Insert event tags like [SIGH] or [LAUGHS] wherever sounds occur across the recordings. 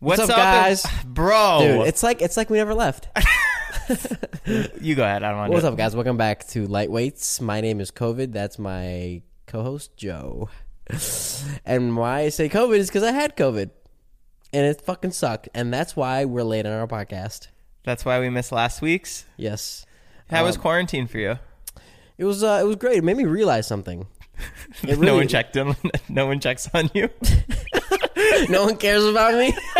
What's, up, guys? bro? Dude, it's like it's like we [LAUGHS] never left. you go ahead. I don't want to. What's up, guys? Welcome back to Lightweights. My name is COVID. That's my co-host Joe. [SIGHS] and why I say COVID is because I had COVID, and it fucking sucked. And that's why we're late on our podcast. That's why we missed last week's. Yes, How Um, was quarantine for you? it was uh, it was great. It made me [LAUGHS] realize something. no It really- one checked in. [LAUGHS] no one checks on you. [LAUGHS] [LAUGHS] no one cares about me. [LAUGHS]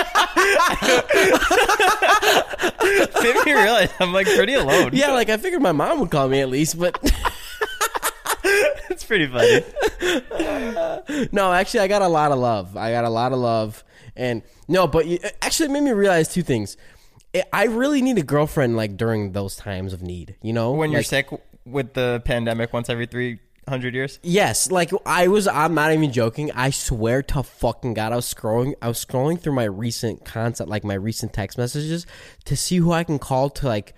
Made me realize I'm like pretty alone. yeah, like I figured my mom would call me at [LAUGHS] least, but it's pretty [LAUGHS] funny. no, actually, I got a lot of love. I got a lot of love, and no, but you, actually, it made me realize two things. I- I really need a girlfriend like during those times of need. You know, When you're Like, sick with the pandemic once every 300 years. Yes, like I was. I'm not even joking. I swear to fucking god, I was scrolling. I was scrolling through my recent concept, like my recent text messages, to see who I can call to like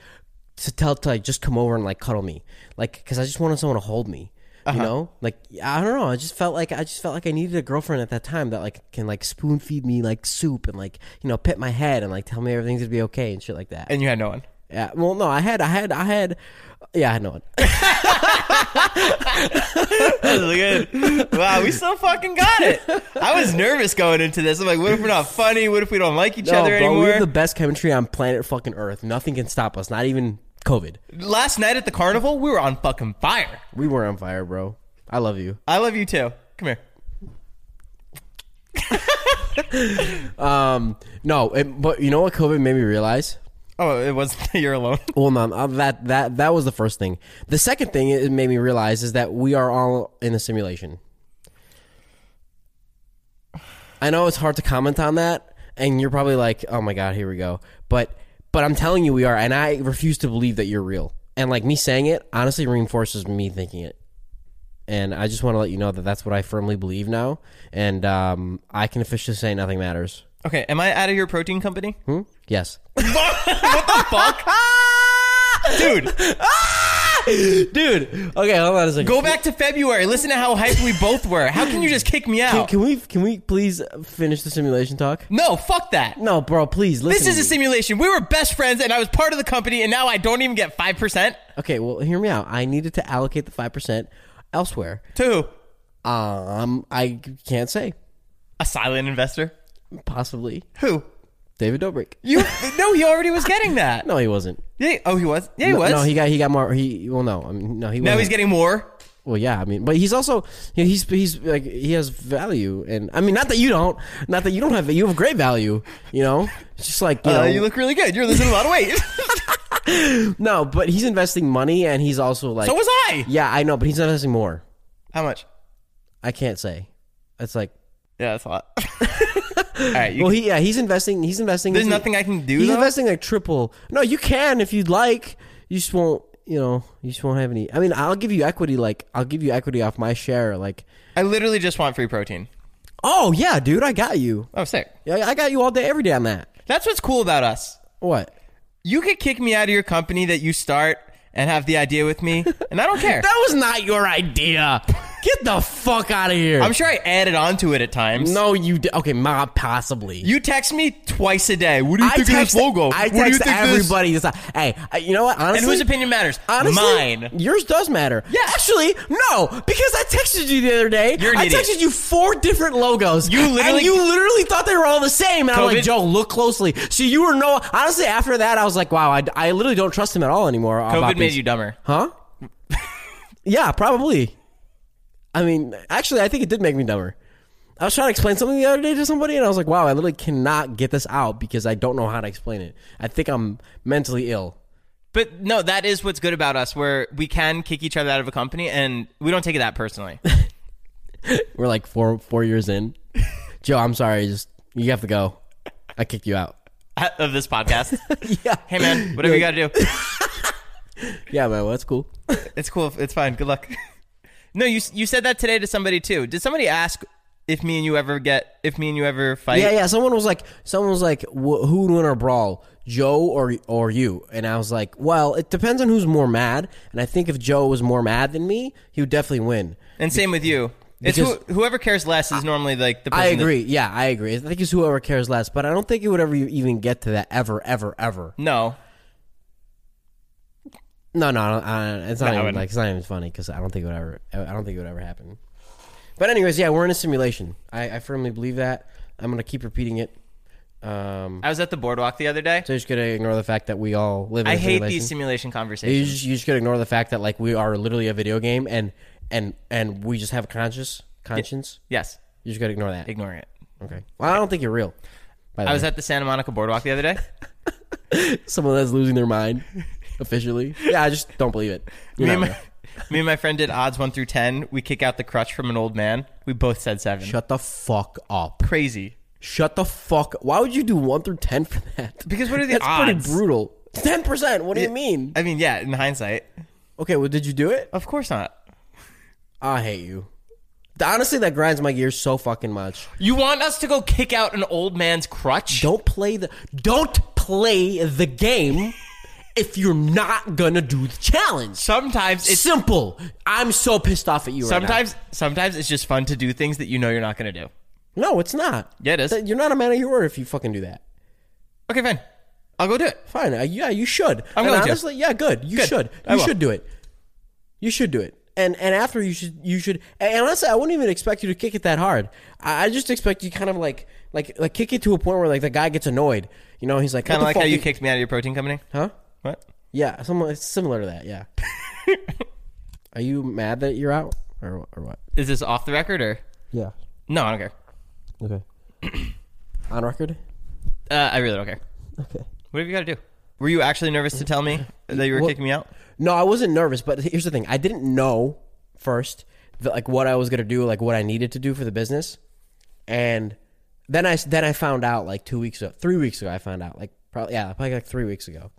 to tell to like just come over and like cuddle me, like because I just wanted someone to hold me. You know, like I don't know. I just felt like I just felt like I needed a girlfriend at that time that like can like spoon feed me like soup and like you know pet my head and like tell me everything's gonna be okay and shit like that. And you had no [LAUGHS] one. Yeah. Well, no, I had, I had, I had. Yeah, I had no one. That was good. [LAUGHS] Wow, we still fucking got it. I [LAUGHS] was nervous going into this. I'm like, what if we're not funny? What if we don't like each No, other bro, We anymore? have the best chemistry on planet fucking Earth. Nothing can stop us. Not even COVID. Last night at the carnival, we were on fucking fire. We were on fire, bro. I love you. I love you too. Come here. Um, no, it, but you know what COVID made me realize? Oh, it wasn't [LAUGHS] that you're alone. Well, no, uh, that that that was the first thing. The second thing it made me realize is that we are all in a simulation. I know it's hard to comment on that, and you're probably like, "Oh my god, here we go." But but I'm telling you, we are, and I refuse to believe that you're real. And like me saying it, honestly, reinforces me thinking it. And I just want to let you know that that's what I firmly believe now, and um, I can officially say nothing matters. Okay, am I out of your protein company? Hmm? Yes. [LAUGHS] Fuck. Dude, Dude, okay, hold on a second. go back to February. Listen to how hyped we both were. How can you just kick me Can, out? can we can we please finish the simulation talk? No, fuck that. No, bro, please listen. This is to a me. simulation. We were best friends and I was part of the company and now I don't even get 5%. Okay, well, hear me out. I needed to allocate the five percent elsewhere. To who? Um, I can't say. A silent investor? Possibly Who? David Dobrik. You No, he already was getting that. No, he wasn't. Yeah, oh, he was. Yeah, he no, was. No, he got he got more. He well, no, I mean, no, he. now wasn't. he's getting more. Well, yeah, I mean, but he's also you know, he's he's like he has value, and I mean, not that you don't, not that you don't have, you have great value. You know, it's just like you Uh, know, you look really good. You're losing a lot of weight. [LAUGHS] no, but he's investing money, and he's also like, so was I. yeah, I know, but he's investing more. How much? I can't say. It's like Yeah, that's a [LAUGHS] lot. [LAUGHS] All right, you well, he yeah, he's investing. He's investing. There's into- nothing I can do, He's though? investing like triple. No, you can if you'd like. You just won't. You know, you just won't have any. I mean, I'll give you equity. Like, I'll give you equity off my share. Like, I literally just want free protein. oh yeah, dude, I got you. Oh, sick. Yeah, I got you all day, every day on that. That's what's cool about us. What? you could kick me out of your company that you start and have the idea with me, and I don't [LAUGHS] care. That was not your idea. Get the fuck out of here. I'm sure I added on to it at times. no, you. Di- okay, ma, possibly. You text me twice a day. What do you think of this logo? I what do you text think of this? everybody. This? Hey, I- you know what? Honestly, And whose opinion matters? Honestly, Mine. Yours does matter. Yeah, actually, no, because I texted you the other day. You're an I idiot. texted you four different logos. You literally- and you literally thought they were all the same. And I'm like, COVID- Joe, look closely. So you were no. Honestly, after that, I was like, wow, I, I literally don't trust him at all anymore. COVID about made these- you dumber. [LAUGHS] huh? yeah, probably. I mean, actually, I think it did make me dumber. I was trying to explain something the other day to somebody, and I was like, "Wow, I literally cannot get this out because I don't know how to explain it. I think I'm mentally ill." But no, that is what's good about us, where we can kick each other out of a company, and we don't take it that [LAUGHS] personally. We're like four four years [LAUGHS] in. Joe, I'm sorry. Just you have to go. I kick you out. of this podcast. [LAUGHS] Yeah, Hey man, whatever you gotta do, yeah, man. Well, that's cool. it's cool. It's fine. Good luck. [LAUGHS] No, you you said that today to somebody too. Did somebody ask if me and you ever get if me and you ever fight? [LAUGHS] Yeah, yeah. Someone was like, someone was like, "Wh- who would win a brawl, Joe or or you? And I was like, well, it depends on who's more mad. And I think if Joe was more mad than me, he would definitely win. And same with you. It's Because- who, whoever cares less is normally like the. Person I that- agree. Yeah, I agree. I think it's whoever cares less. But I don't think it would ever e-, even get to that ever, ever, ever. no, No, no, I don't, I, it's not No, I even wouldn't. like it's not even funny because I don't think it would ever. I don't think it would ever happen. But anyways, yeah, we're in a simulation. I, I firmly believe that. I'm gonna keep repeating it. Um, I was at the boardwalk the other day. so you're just gonna ignore the fact that we all live. in I a hate simulation. these simulation You conversations. just, you just gotta ignore the fact that like we are literally a video game and and and we just have a conscious conscience. Yes, You just gotta ignore that. ignore it. Okay. Well, I don't think you're real. By the I way. was at the Santa Monica boardwalk the other [LAUGHS] day. someone that's losing their [LAUGHS] mind officially. Yeah, I just don't believe it. You're me, not and real. my, me and my friend did odds one through ten. We kick out the crutch from an old man. We both said seven. Shut the fuck up. Crazy. Shut the fuck. Why would you do one through ten for that? Because what are the That's odds? pretty brutal. Ten percent. What do you mean? I mean, yeah. In hindsight, Okay, well, did you do it? of course not. I hate you. Honestly, that grinds my gears so fucking much. You want us to go kick out an old man's crutch? Don't play the. Don't play the game if you're not gonna do the challenge. Sometimes it's Simple. I'm so pissed off at you. right now. sometimes sometimes it's just fun to do things that you know you're not going to do. no, it's not. Yeah, it is. Th- You're not a man of your word if you fucking do that. Okay, fine. I'll go do it. Fine. Uh, yeah, you should. I'm and going to. honestly, yeah, good. You Good. should. I You will. should do it. You should do it. And and after you should you should and honestly I wouldn't even expect you to kick it that hard. I, I just expect you kind of like like like kick it to a point where like the guy gets annoyed. You know, he's like Kind "What of like the how fuck you kicked me out of your protein company. Huh? What? Yeah, somewhat it's similar to that. [LAUGHS] Yeah. Are you mad that you're out or or what? Is this off the record or? Yeah. No, I don't care. Okay. On record. Uh, I really don't care. Okay. What have you got to do? Were you actually nervous to tell me that you were kicking me out? No, I wasn't nervous, but here's the thing: I didn't know first that, like what I was gonna do, like what I needed to do for the business, and then I then I found out like two weeks ago, three weeks ago, I found out like probably yeah, probably like three weeks ago,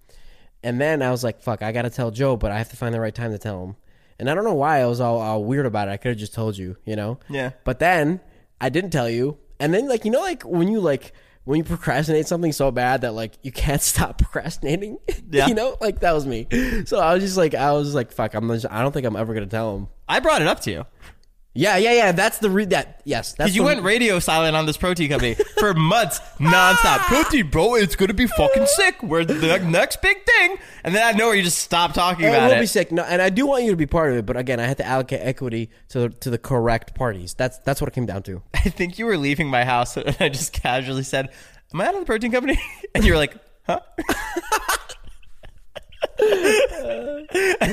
and then I was like, fuck, I gotta tell Joe, but I have to find the right time to tell him, and I don't know why I was all, all weird about it. I could have just told you, you know? Yeah. But then I didn't tell you, and then like you know like when you like. When you procrastinate something so bad that like you can't [LAUGHS] stop procrastinating, [LAUGHS] Yeah. you know, like that was me. So I was just like, I was like, fuck, I'm. Just, I don't think I'm ever gonna tell him. I brought it up to you Yeah, yeah, yeah. That's the re- that. Yes, that's because you the- went radio silent on this protein company [LAUGHS] for months nonstop. protein, bro, it's gonna be fucking sick. We're the next big thing, and then out of nowhere you just stop talking And about it will it. be sick. No, and I do want you to be part of it, but again, I had to allocate equity to the, to the correct parties. That's that's what it came down to. [LAUGHS] I think you were leaving my house, and I just casually said, "Am I out of the protein company?" [LAUGHS] And you were like, "Huh?" [LAUGHS] and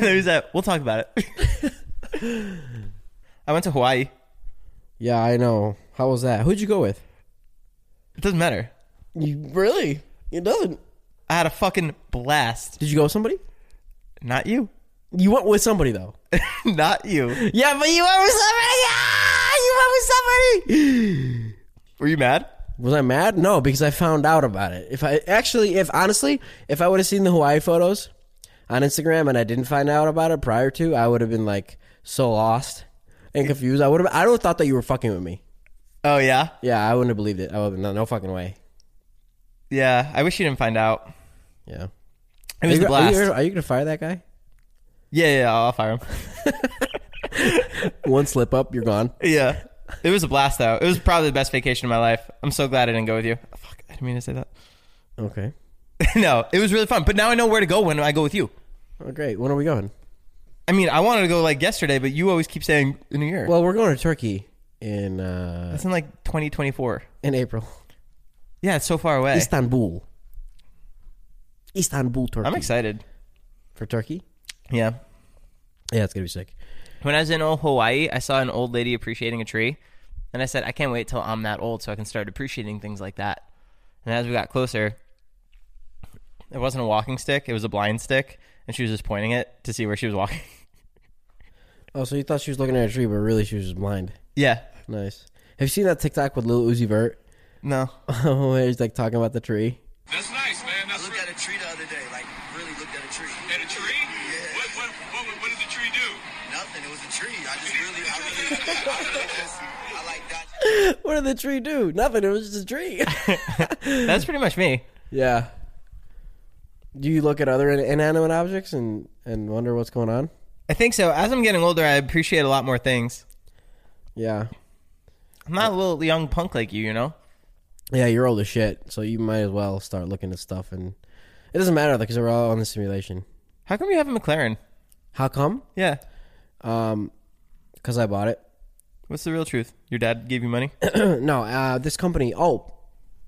then he said, "We'll talk about it." [LAUGHS] I went to Hawaii. Yeah, I know. How was that? Who'd you go with? It doesn't matter. You really? It doesn't. I had a fucking blast. Did you go with somebody? Not you. [LAUGHS] You went with somebody though. Not you. yeah, but you went with somebody. Ah, you went with somebody. Were you mad? Was I mad? No, because I found out about it. If I actually, if honestly, if I would have seen the Hawaii photos on Instagram and I didn't find out about it prior to, I would have been like so lost and confused. I would have. I would have thought that you were fucking with me. Oh yeah, Yeah, I wouldn't have believed it. I would have no, no fucking way. yeah. I wish you didn't find out. Yeah. It was Are a you- are blast. you- are you gonna fire that guy? yeah, yeah, yeah, I'll fire him. [LAUGHS] One slip up, you're gone. yeah. It was a blast, though. It was probably the best vacation of my life. I'm so glad I didn't go with you. Fuck, I didn't mean to say that. Okay. [LAUGHS] no, it was really fun. But now I know where to go when I go with you. Oh, great. When are we going? I mean, I wanted to go like yesterday, but you always keep saying New Year. Well, Well, we're going to Turkey in uh, that's in like 2024. in April. Yeah, it's so far away. Istanbul. Istanbul, Turkey. I'm excited. for Turkey. Yeah. Yeah, it's gonna be sick. When I was in old Hawaii, I saw an old lady appreciating a tree, and I said, I can't wait till I'm that old so I can start appreciating things like that. And as we got closer, it wasn't a walking stick; it was a blind stick, and she was just pointing it to see where she was walking. Oh, so you thought she was looking at a tree, but really she was just blind. yeah. Nice. Have you seen that TikTok with Lil Uzi Vert? [LAUGHS] No. Where he's like talking about the tree. That's nice, man. I That's looked at a tree the other day, like really looked at a tree. at a tree. Yeah. What, what what what did the tree do? Nothing. It was a tree. I just really, I really, I [LAUGHS] really just, I like that. What did the tree do? Nothing. It was just a tree. [LAUGHS] That's pretty much me. yeah. Do you look at other in- inanimate objects and and wonder what's going on? I think so. As I'm getting older, I appreciate a lot more things. Yeah. I'm not a little young punk like you, you know? Yeah, you're old as shit, so you might as well start looking at stuff. And it doesn't matter because we're all on the simulation. How come you have a McLaren? How come? Yeah. Um, because I bought it. What's the real truth? Your dad gave you [COUGHS] money? no, uh, this company. Oh,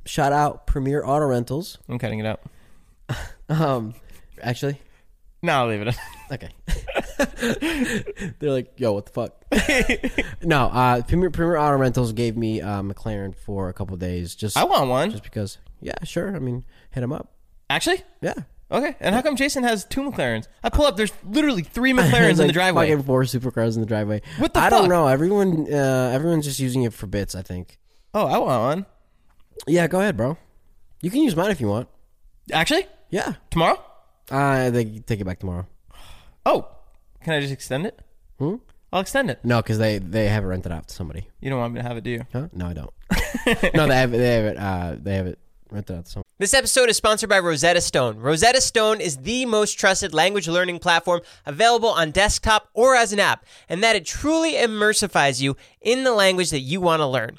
shout out Premier Auto Rentals. I'm cutting it out. Um, actually, No, I'll leave it. [LAUGHS] in. okay. [LAUGHS] They're like, yo, what the fuck? [LAUGHS] no, uh, Premier, Premier Auto Rentals gave me uh, McLaren for a couple days just I want one. just because. Yeah, sure. I mean, hit them up. Actually? Yeah. Okay. And how come Jason has two McLarens? I pull up, there's literally [LAUGHS] three McLarens in the Like, driveway. Fucking four supercars in the driveway. What the I fuck? don't know. Everyone, uh, everyone's just using it for bits. I think. Oh, I want one. Yeah, go ahead, bro. You can use mine if you want. Actually? Yeah. Tomorrow? Uh, they take it back tomorrow. Oh. Can I just extend it? Hmm? I'll extend it. No, because they they have it rented out to somebody. You don't want me to have it, do you? Huh? No, I don't. no, they have it. They have it. Uh, they have it rented out to somebody. This episode is sponsored by Rosetta Stone. Rosetta Stone is the most trusted language learning platform available on desktop or as an app, and that it truly immersifies you in the language that you want to learn.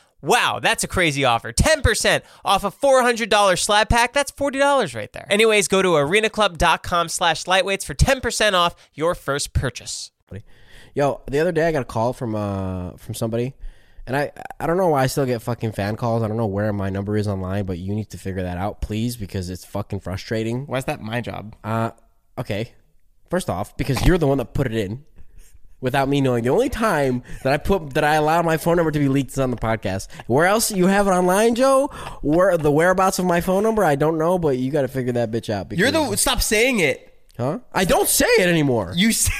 Wow, that's a crazy offer. 10% off a $400 slab pack. That's $40 right there. Anyways, go to arenaclub.com slash lightweights for 10% off your first purchase. Yo, the other day I got a call from uh from somebody, and I I don't know why I still get fucking fan calls. I don't know where my number is online, but you need to figure that out, please, because it's fucking frustrating. Why is that my job? Uh, okay. First off, because you're the one that put it in without me knowing. The only time that I put that I allowed my phone number to be leaked is on the podcast. Where else you have it online, Joe? Where the whereabouts of my phone number? I don't know, but you got to figure that bitch out. Because, You're the stop saying it. huh? I don't say it anymore. You say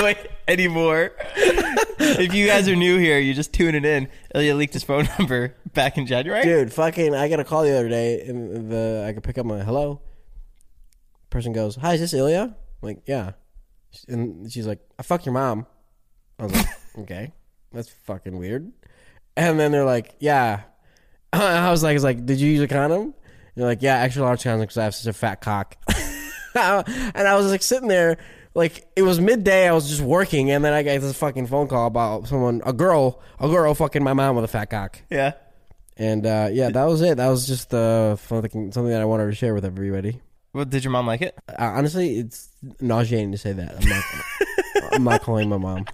Wait, anymore. if you guys are new here, you just tuning in. Ilya leaked his phone [LAUGHS] number back in January. Dude, fucking, I got a call the other day, and the I could pick up my hello. Person goes, "Hi, is this Ilya?" I'm like, yeah. And she's like, "I fuck your mom." I was like, "Okay, that's fucking weird." And then they're like, "Yeah." [CLEARS THROAT] I was like, "It's like, did you use a condom?" And they're like, "Yeah, extra large condom because I have such a fat cock." [LAUGHS] and I was like sitting there, like it was midday. I was just working, and then I got this fucking phone call about someone, a girl, a girl fucking my mom with a fat cock. Yeah. And uh, yeah, that was it. That was just uh, fucking- something that I wanted to share with everybody. Well, did your mom like it? Uh, honestly, it's nauseating to say that. I'm not, I'm not calling my mom.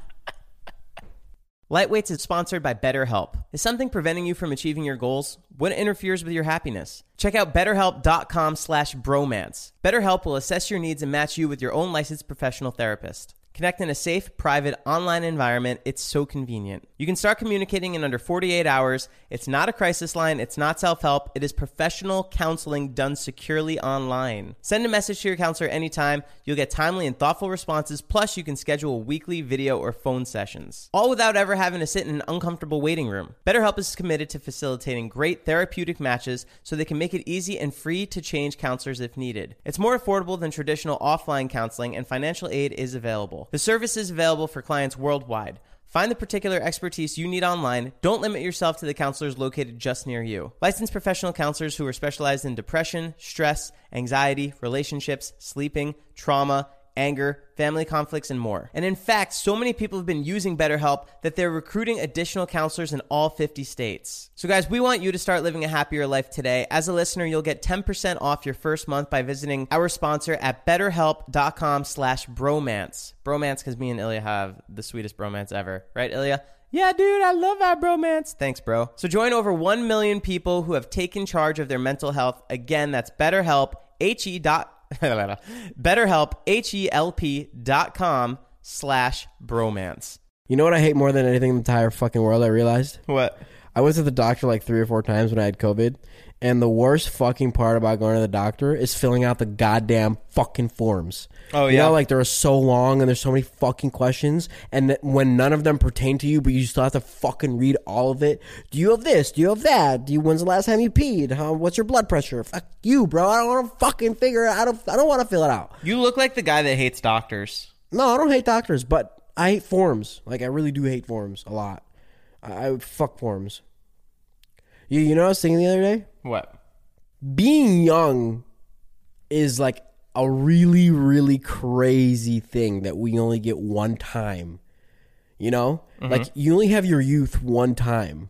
Lightweights is sponsored by BetterHelp. Is something preventing you from achieving your goals? What interferes with your happiness? Check out betterhelp.com slash bromance. BetterHelp will assess your needs and match you with your own licensed professional therapist. Connect in a safe, private, online environment. It's so convenient. You can start communicating in under 48 hours. It's not a crisis line. It's not self-help. It is professional counseling done securely online. Send a message to your counselor anytime. You'll get timely and thoughtful responses. Plus, you can schedule weekly video or phone sessions, all without ever having to sit in an uncomfortable waiting room. BetterHelp is committed to facilitating great therapeutic matches so they can make it easy and free to change counselors if needed. It's more affordable than traditional offline counseling, and financial aid is available. The service is available for clients worldwide. Find the particular expertise you need online. Don't limit yourself to the counselors located just near you. Licensed professional counselors who are specialized in depression, stress, anxiety, relationships, sleeping, trauma, anger, family conflicts, and more. And in fact, so many people have been using BetterHelp that they're recruiting additional counselors in all 50 states. So, guys, we want you to start living a happier life today. As a listener, you'll get 10% off your first month by visiting our sponsor at betterhelp.com slash bromance. Bromance, because me and Ilya have the sweetest bromance ever. Right, Ilya? Yeah, dude, I love our bromance. Thanks, bro. So join over 1 million people who have taken charge of their mental health. Again, that's BetterHelp, H-E dot [LAUGHS] BetterHelp, E H-E-L-P dot com slash bromance. You know what I hate more than anything in the entire fucking world? I realized What? I went to the doctor like three or four times when I had COVID, and the worst fucking part about going to the doctor is filling out the goddamn fucking forms. Oh, you yeah. know, like they're so long and there's so many fucking questions, and th- when none of them pertain to you, but you still have to fucking read all of it. Do you have this? Do you have that? Do you? When's the last time you peed? Huh? What's your blood pressure? Fuck you, bro. I don't want to fucking figure it. out. I don't. I don't want to fill it out. You look like the guy that hates doctors. No, I don't hate doctors, but I hate forms. Like I really do hate forms a lot. I, I fuck forms. You you know what I was thinking the other day? What? Being young is like a really really crazy thing that we only get one time. You know? Mm-hmm. Like you only have your youth one time.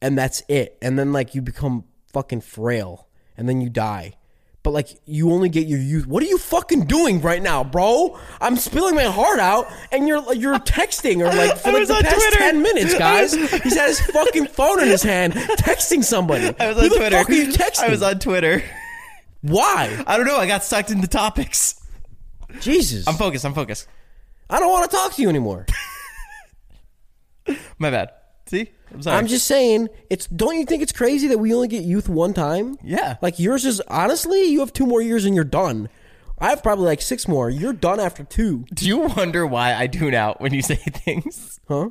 And that's it. And then like you become fucking frail and then you die. But like you only get your youth. What are you fucking doing right now, bro? I'm spilling my heart out and you're you're [LAUGHS] texting or like for like, was the on past Twitter. 10 minutes, [LAUGHS] guys. He's had his fucking phone in his hand texting somebody. I was on Who the Twitter. fuck are you texting? [LAUGHS] I was on Twitter. Why? I don't know. I got sucked into topics. Jesus. [LAUGHS] I'm focused. I'm focused. I don't want to talk to you [LAUGHS] anymore. My bad. See? I'm sorry. I'm just saying, it's don't you think it's crazy that we only get youth one time? Yeah. Like yours is honestly, you have two more years and you're done. I have probably like six more. You're done after two. Do you wonder why I tune out when you say [LAUGHS] things? [LAUGHS] Huh?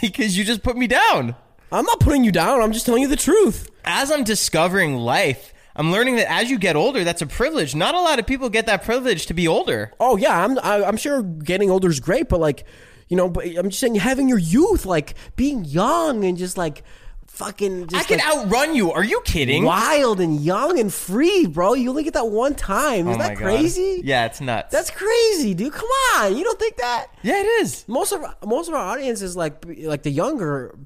Because you just put me down. I'm not putting you down. I'm just telling you the truth. As I'm discovering life, I'm learning that as you get older, that's a privilege. Not a lot of people get that privilege to be older. Oh yeah, I'm I, I'm sure getting older is great, but like, you know, but I'm just saying having your youth, like being young and just like fucking. Just, I can like, outrun you. Are you kidding? wild and young and free, bro. You only get that one time. Oh Isn't my that God. crazy? Yeah, it's nuts. That's crazy, dude. Come on, you don't think that? yeah, it is. Most of most of our audience is like like the younger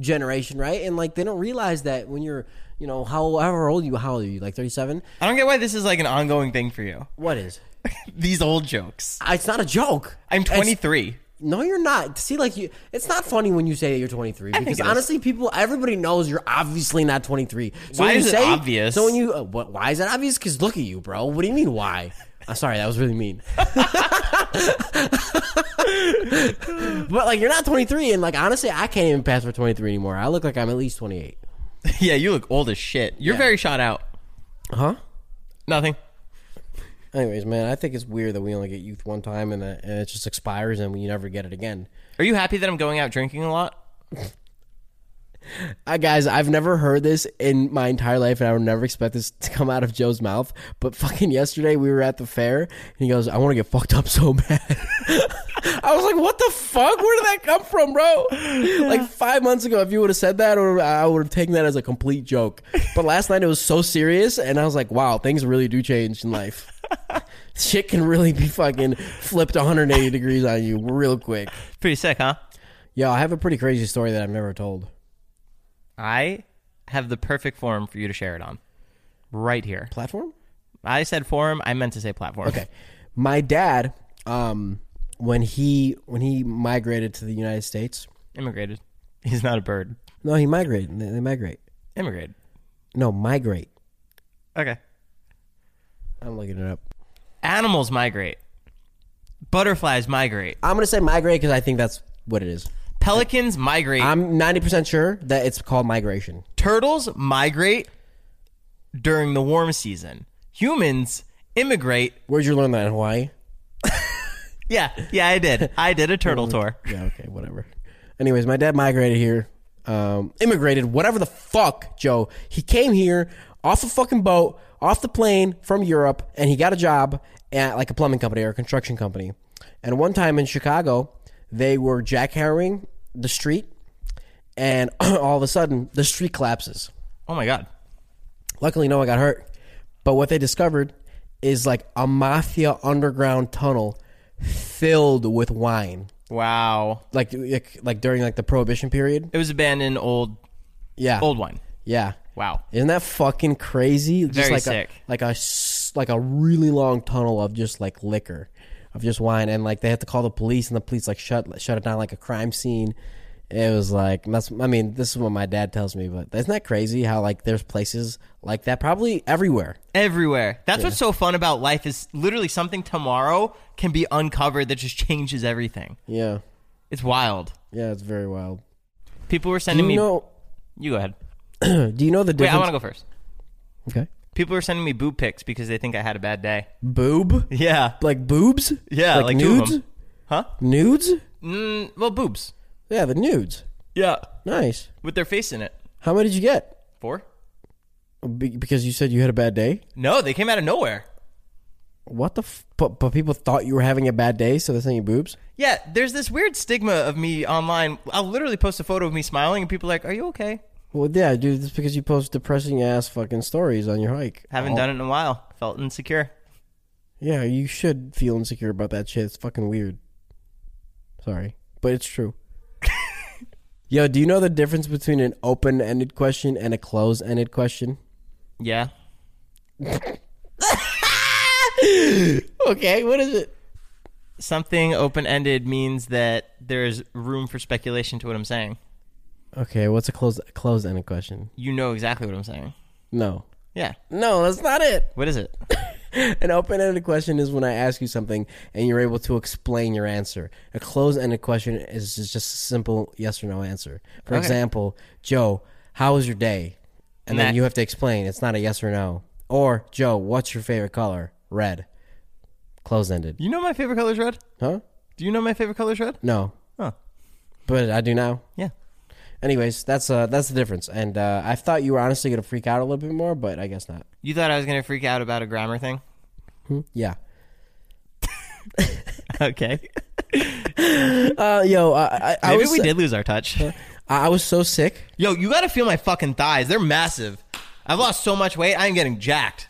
generation, right? And like they don't realize that when you're, you know, however old you, how old are you? Like thirty seven. I don't get why this is like an ongoing thing for you. What is? These old jokes. It's not a joke. I'm It's- 23. No, you're not. See, like you, it's not funny when you say that you're 23 because it is. honestly, people, everybody knows you're obviously not 23. So Why when you is it say- obvious? So when you, uh, what, why is that obvious? Because look at you, bro. What do you mean why? I'm sorry, that was really mean. [LAUGHS] but like, you're not 23, and like honestly, I can't even pass for 23 anymore. I look like I'm at least 28. [LAUGHS] yeah, you look old as shit. You're very shot out. Huh? Nothing. Anyways, man, I think it's weird that we only get youth one time and, that, and it just expires and we never get it again. Are you happy that I'm going out drinking a lot? I, guys, I've never heard this in my entire life, and I would never expect this to come out of Joe's mouth. But fucking yesterday, we were at the fair, and he goes, "I want to get fucked up so [LAUGHS] bad." I was like, "What the fuck? Where did that come from, bro?" Like five months ago, if you would have said that, or I would have taken that as a complete joke. But last night, it was so serious, and I was like, "Wow, things really do change in life." Shit can really be fucking flipped 180 degrees on you real quick. Pretty sick, huh? Yo, I have a pretty crazy story that I've never told. I have the perfect forum for you to share it on. Right here. Platform? I said forum. I meant to say platform. Okay. My dad, um, when he when he migrated to the United States, [LAUGHS] Immigrated. He's not a bird. no, he migrated. They, they migrate. Immigrated. No, migrate. Okay. I'm looking it up. Animals migrate. Butterflies migrate. I'm gonna say migrate because I think that's what it is. Pelicans migrate. I'm 90 percent sure that it's called migration. Turtles migrate during the warm season. Humans immigrate. Where'd you learn that in Hawaii? Yeah, yeah, I did. I did a turtle tour. Yeah. Okay. Whatever. Anyways, my dad migrated here, um, immigrated, whatever the fuck, Joe. He came here off a fucking boat, off the plane from Europe, and he got a job at like a plumbing company or a construction company. And one time in Chicago, they were jackhammering the street, and [CLEARS THROAT] all of a sudden, the street collapses. Oh my god. Luckily, no one got hurt. But what they discovered is like a mafia underground tunnel filled with wine. Wow. Like, like like during like the prohibition period. It was abandoned old Yeah. old wine. Yeah. Wow. Isn't that fucking crazy? Just Very like sick. A, like a s- like a really long tunnel of just like liquor, of just wine, and like they had to call the police, and the police like shut shut it down like a crime scene. It was like that's. I mean, this is what my dad tells me, but isn't that crazy? How like there's places like that probably everywhere. Everywhere. That's what's so fun about life is literally something tomorrow can be uncovered that just changes everything. Yeah, It's wild. yeah, it's very wild. People were Do sending you me know? [CLEARS THROAT] You go ahead. Do you know the Wait, I difference? want to go first. Okay, People were sending me boob pics because they think I had a bad day. [LAUGHS] boob Yeah. like boobs. Yeah, like, two of nudes, them. Huh? nudes. Mm, well, boobs. Yeah, the nudes. Yeah. Nice. With their face in it. How many did you get? Four? Be- because you said you had a bad day. No, they came out of nowhere. What the? F- but, but people thought you were having a bad day, so they sent you boobs. Yeah, there's this weird stigma of me online. I'll literally post a photo of me smiling, and people are like, "Are you okay?" Well, yeah, dude, it's because you post depressing ass fucking stories on your hike. Haven't done it in a while. Felt insecure. Yeah, you should feel insecure about that shit. It's fucking weird. Sorry, but it's true. [LAUGHS] Yo, do you know the difference between an open-ended question and a closed-ended question? Yeah. Okay, what is it? Something open ended means that there's room for speculation to what I'm saying. Okay, what's a closed closed-ended question? You know exactly what I'm saying. No. Yeah. No, that's not it. What is it? An open ended question is when I ask you something and you're able to explain your answer. A closed ended question is just a simple yes or no answer. For example, Joe, how was your day? And Nah. then you have to explain. It's not a yes or no. Or, Joe, what's your favorite color? Red. Closed ended. [COUGHS] You know my favorite color is red. Huh? Do you know my favorite color is red? No. Huh. But I do now. Yeah. Anyways, that's uh that's the difference. And uh, I thought you were honestly gonna freak out a little bit more, but I guess not. You thought I was gonna freak out about a grammar thing? Yeah. [LAUGHS] [LAUGHS] okay. Uh, yo, I I, I Maybe was we did lose our touch. I I was so sick. Yo, you gotta feel my fucking thighs. They're massive. I've lost so much weight. I am getting jacked.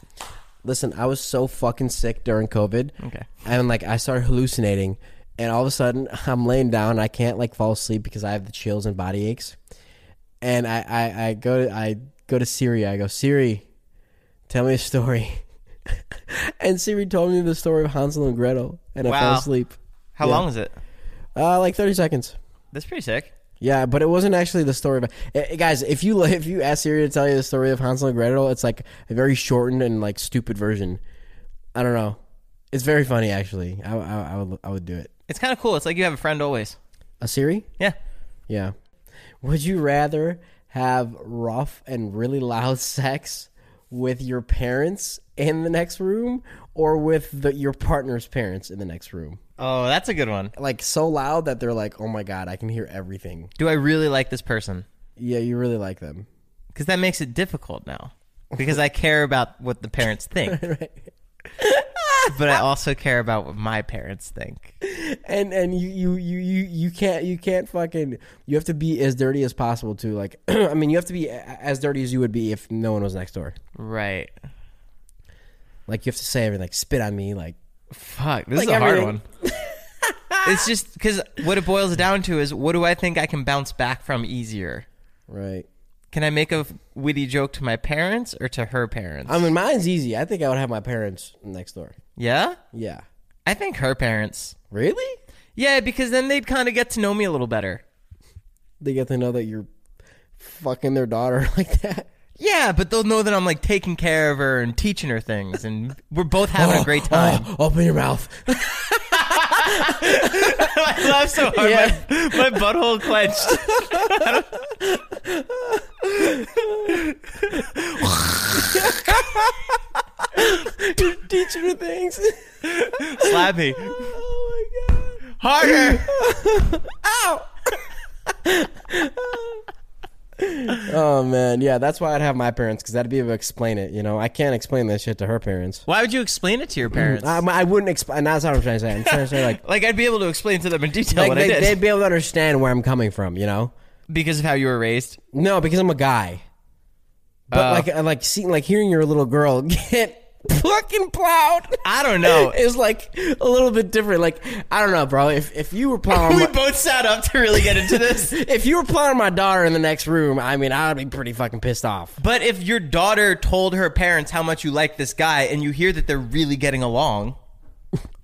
Listen, I was so fucking sick during COVID. Okay. And like I started hallucinating [LAUGHS] and all of a sudden I'm laying down, I can't like fall asleep because I have the chills and body aches. and I, I, I go to I go to Siri. I go Siri, tell me a story. [LAUGHS] and Siri told me the story of Hansel and Gretel, and I Wow. fell asleep. How Yeah. long was it? Uh, like thirty seconds. That's pretty sick. Yeah, but it wasn't actually the story. But Eh, guys, if you [LAUGHS] if you ask Siri to tell you the story of Hansel and Gretel, it's like a very shortened and like stupid version. I don't know. It's very funny actually. I I, I would I would do it. It's kind of cool. It's like you have a friend always. A Siri? Yeah. Yeah. Would you rather have rough and really loud [LAUGHS] sex with your parents in the next room or with the, your partner's parents in the next room? Oh, that's a good one. Like so loud that they're like, "Oh my god, I can hear everything." Do I really like this person? Yeah, you really like them. Because that makes it difficult now. Because I care about what the parents [LAUGHS] think. but I also care about what my parents think. and and you you you you you can't you can't fucking you have to be as dirty as possible to like [CLEARS THROAT] I mean you have to be a- as dirty as you would be if no one was next door. Right. Like you have to say everything like spit on me like Fuck, this Like is a hard everything. one. it's just because what it boils down to is what do I think I can bounce back from easier? right. Can I make a witty joke to my parents or to her parents? I mean mine's easy. I think I would have my parents next door. yeah? Yeah. I think her parents. Really? Yeah, because then they'd kind of get to know me a little better. They get to know that you're fucking their daughter [LAUGHS] like that. Yeah, but they'll know that I'm like taking care of her and teaching her things, and we're both having a great time. Oh, open your mouth. [LAUGHS] I laughed so hard, Yeah. my, my butthole clenched. Teach her things. [LAUGHS] Slap me oh my god. [LAUGHS] harder. Oh man, yeah, that's why I'd have my parents because that'd be able to explain it. You know, I can't explain that shit to her parents. Why would you explain it to your parents? I, I wouldn't explain. That's not what I'm trying to say. I'm trying to say [LAUGHS] like, like I'd be able to explain to them in detail like what they, I they'd did be able to understand where I'm coming from. You know, because of how you were raised. no, because I'm a guy. But Oh. like, I like seeing, like hearing your little girl [LAUGHS] get fucking plowed. [LAUGHS] I don't know. Is like a little bit different. Like I don't know, bro. If if you were [LAUGHS] plowing, we my, both sat up to really get into this. if you were plowing my daughter in the next room, I mean, I'd be pretty fucking pissed off. But if your daughter told her parents how much you like this guy, and you hear that they're really getting along,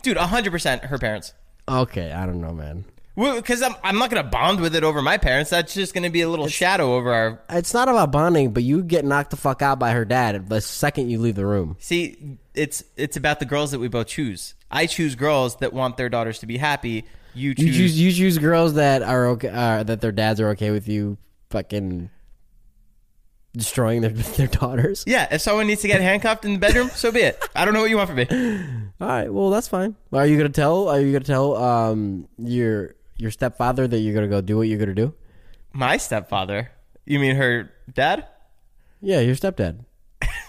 dude, hundred percent her parents. Okay, I don't know, man. Because I'm, I'm not gonna bond with it over my parents. That's just gonna be a little shadow over our. It's not about bonding, but you get knocked the fuck out by her dad the second you leave the room. See, it's it's about the girls that we both choose. I choose girls that want their daughters to be happy. You choose. You choose you choose girls that are okay uh, that their dads are okay with you fucking destroying their [LAUGHS] their daughters. yeah, if someone needs to get handcuffed in the bedroom, so be it. I don't know what you want from me. All right, well that's fine. Are you gonna tell? Are you gonna tell um your your stepfather that you're gonna go do what you're gonna do? My stepfather. You mean her dad? Yeah, your [LAUGHS] stepdad,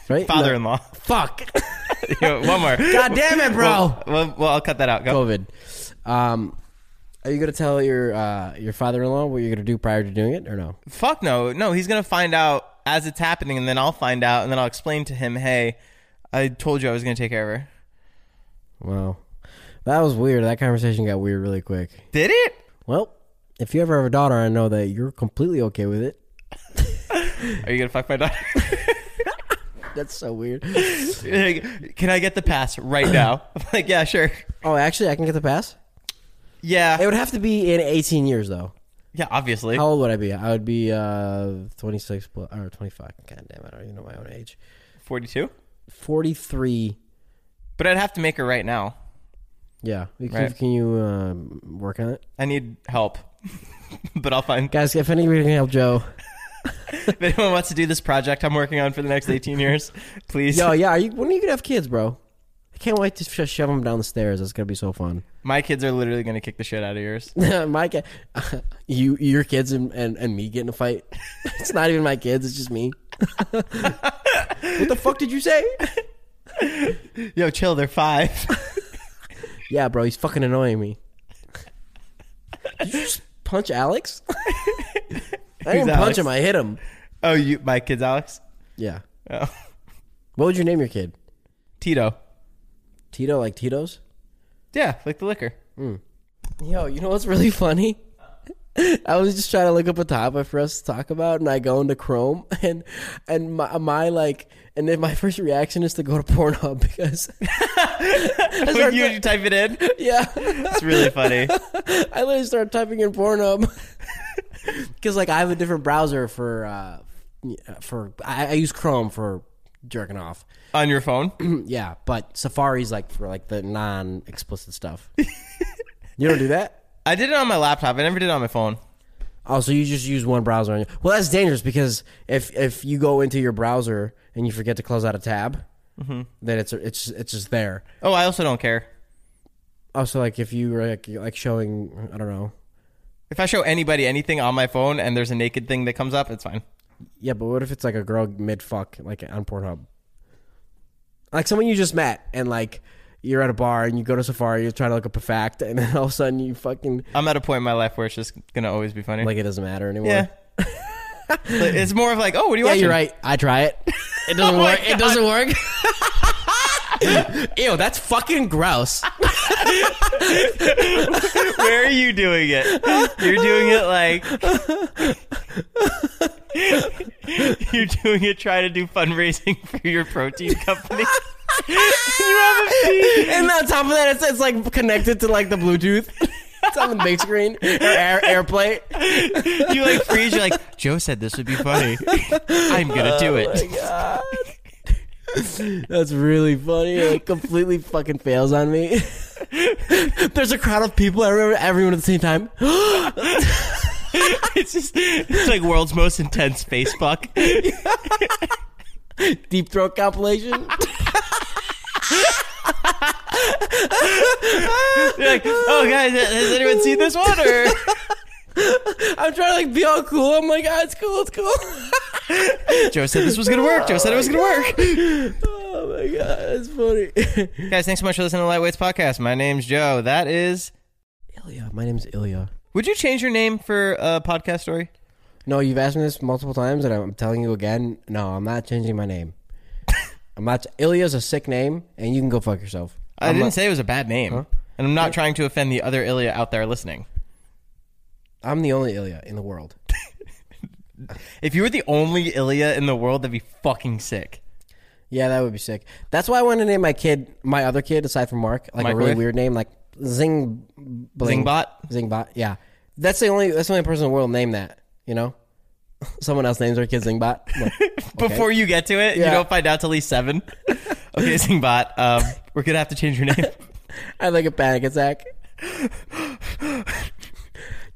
right? No. Father-in-law. Fuck. [LAUGHS] Yo, one more. God damn it, bro. Well, well, well, I'll cut that out. Go. COVID. Um, are you gonna tell your uh your father-in-law what you're gonna do prior to doing it or no? Fuck no, no. He's gonna find out as it's happening, and then I'll find out, and then I'll explain to him, "Hey, I told you I was gonna take care of her." Wow. That was weird. That conversation got weird really quick. Did it? Well, if you ever have a daughter, I know that you're completely okay with it. [LAUGHS] Are you gonna fuck my daughter? That's so weird. Like, [LAUGHS] Can I get the pass right now? [LAUGHS] I'm like, yeah, sure. Oh, actually, I can get the pass. It Yeah, would have to be in 18 years, though. yeah, obviously. How old would I be? I would be uh 26 plus, or 25. God damn, it, I don't even know my own age. Forty-two. 43. But I'd have to make her right now. Yeah. You Can, Right. can you um, work on it? I need help. [LAUGHS] but I'll find. Guys, if anybody can help Joe. If anyone wants to do this project I'm working on for the next 18 years, [LAUGHS] please. Yo, yeah, are you, when are you going to have kids, bro? I can't wait to sh- shove them down the stairs. That's going to be so fun. My kids are literally gonna kick the shit out of yours. [LAUGHS] my kid, you, your kids, and, and, and me get in a fight. [LAUGHS] it's not even my kids. It's just me. what the fuck did you say? Yo, chill. They're five. [LAUGHS] [LAUGHS] Yeah, bro, he's fucking annoying me. Did you just punch Alex? [LAUGHS] I Who's didn't Alex? punch him. I hit him. oh, you. My kid's Alex. Yeah. Oh. [LAUGHS] What would you name your kid? Tito. Tito, like Tito's. [LAUGHS] Yeah, like the liquor. Yo, you know what's really funny? [LAUGHS] I was just trying to look up a topic for us to talk about, and I go into Chrome, [LAUGHS] and and my, my like, and then my [LAUGHS] first reaction is to go to Pornhub [LAUGHS] because I When start, you, you [LAUGHS] type it in, yeah, [LAUGHS] it's really funny. I literally start typing in Pornhub [LAUGHS] because like I have a different browser for uh for I, I use Chrome for jerking off, On your phone? yeah, but Safari's like for like the non explicit [LAUGHS] stuff. you don't do that. I did it on my laptop. I never did it on my phone. Oh, so you just use one browser on your Well, that's dangerous because if if you go into your browser and you forget to close out a tab, then it's it's it's just there. Oh, I also don't care. Also, like if you were like, like showing, I don't know. If I show anybody anything on my phone and there's a naked thing that comes up, it's fine. Yeah, but what if it's like a girl mid fuck like on Pornhub? Like someone you just met and like you're at a bar and you go to Safari, you're trying to look up a fact, and then all of a sudden you fucking I'm at a point in my life where it's just gonna always be funny. like it doesn't matter anymore. yeah. [LAUGHS] But it's more of like, oh, what do you Yeah, watching? you're right. I try it. It doesn't work. It doesn't work. [LAUGHS] Ew, that's fucking gross. [LAUGHS] Where are you doing it? You're doing it like [LAUGHS] you're doing it trying to do fundraising for your protein [LAUGHS] company. you have a pee. And on top of that, it's, it's like connected to like the Bluetooth. It's on the big screen or air, AirPlay. You like freeze. You're like Joe said this would be funny. I'm gonna do Oh it. That's really funny. It completely fucking fails on me. There's a crowd of people. I remember everyone at the same time. [GASPS] It's just it's like world's most intense face [LAUGHS] fuck. Deep throat compilation. You're like, oh guys, has anyone seen this one? Or I'm trying to like be all cool. I'm like, ah, it's cool. It's cool. [LAUGHS] Joe said this was gonna work. Joe said it was gonna work. Oh my god, that's funny. Guys, thanks so much for listening to Lightweights podcast. My name's Joe. That is. Ilya, my name's Ilya. Would you change your name for a podcast story? No, you've asked me this multiple times, and I'm telling you again. No, I'm not changing my name. I'm not. Ilya's a sick name, and you can go fuck yourself. I I'm didn't not- say it was a bad name, and I'm not trying to offend the other Ilya out there listening. I'm the only Ilya in the world. If you were the only Ilya in the world, that'd be fucking sick. Yeah, that would be sick. That's why I want to name my kid, my other kid, aside from Mark, like a Microwave? really weird name, like Zing Bling. Zingbot? Zingbot. Yeah, that's the only. That's the only person in the world named that. You know, [LAUGHS] someone else names their kid Zingbot. I'm like, Before you get to it, you Yeah. don't find out till he's [LAUGHS] seven. okay, Zingbot, um, we're gonna have to change your [LAUGHS] name. I had like a panic attack. [LAUGHS]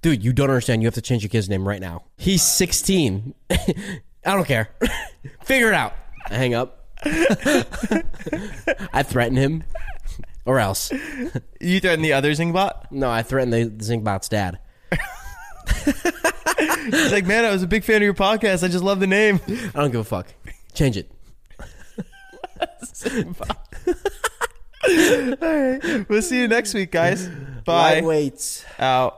Dude, you don't understand. You have to change your kid's name right now. He's 16. [LAUGHS] I don't care. [LAUGHS] Figure it out. I hang up. [LAUGHS] I threaten him. Or else. you threaten the other Zingbot? No, I threaten the Zingbot's dad. He's like, man, I was a big fan of your podcast. I just love the name. I don't give a fuck. Change it. We'll see you next week, guys. Bye. Lightweights. Out.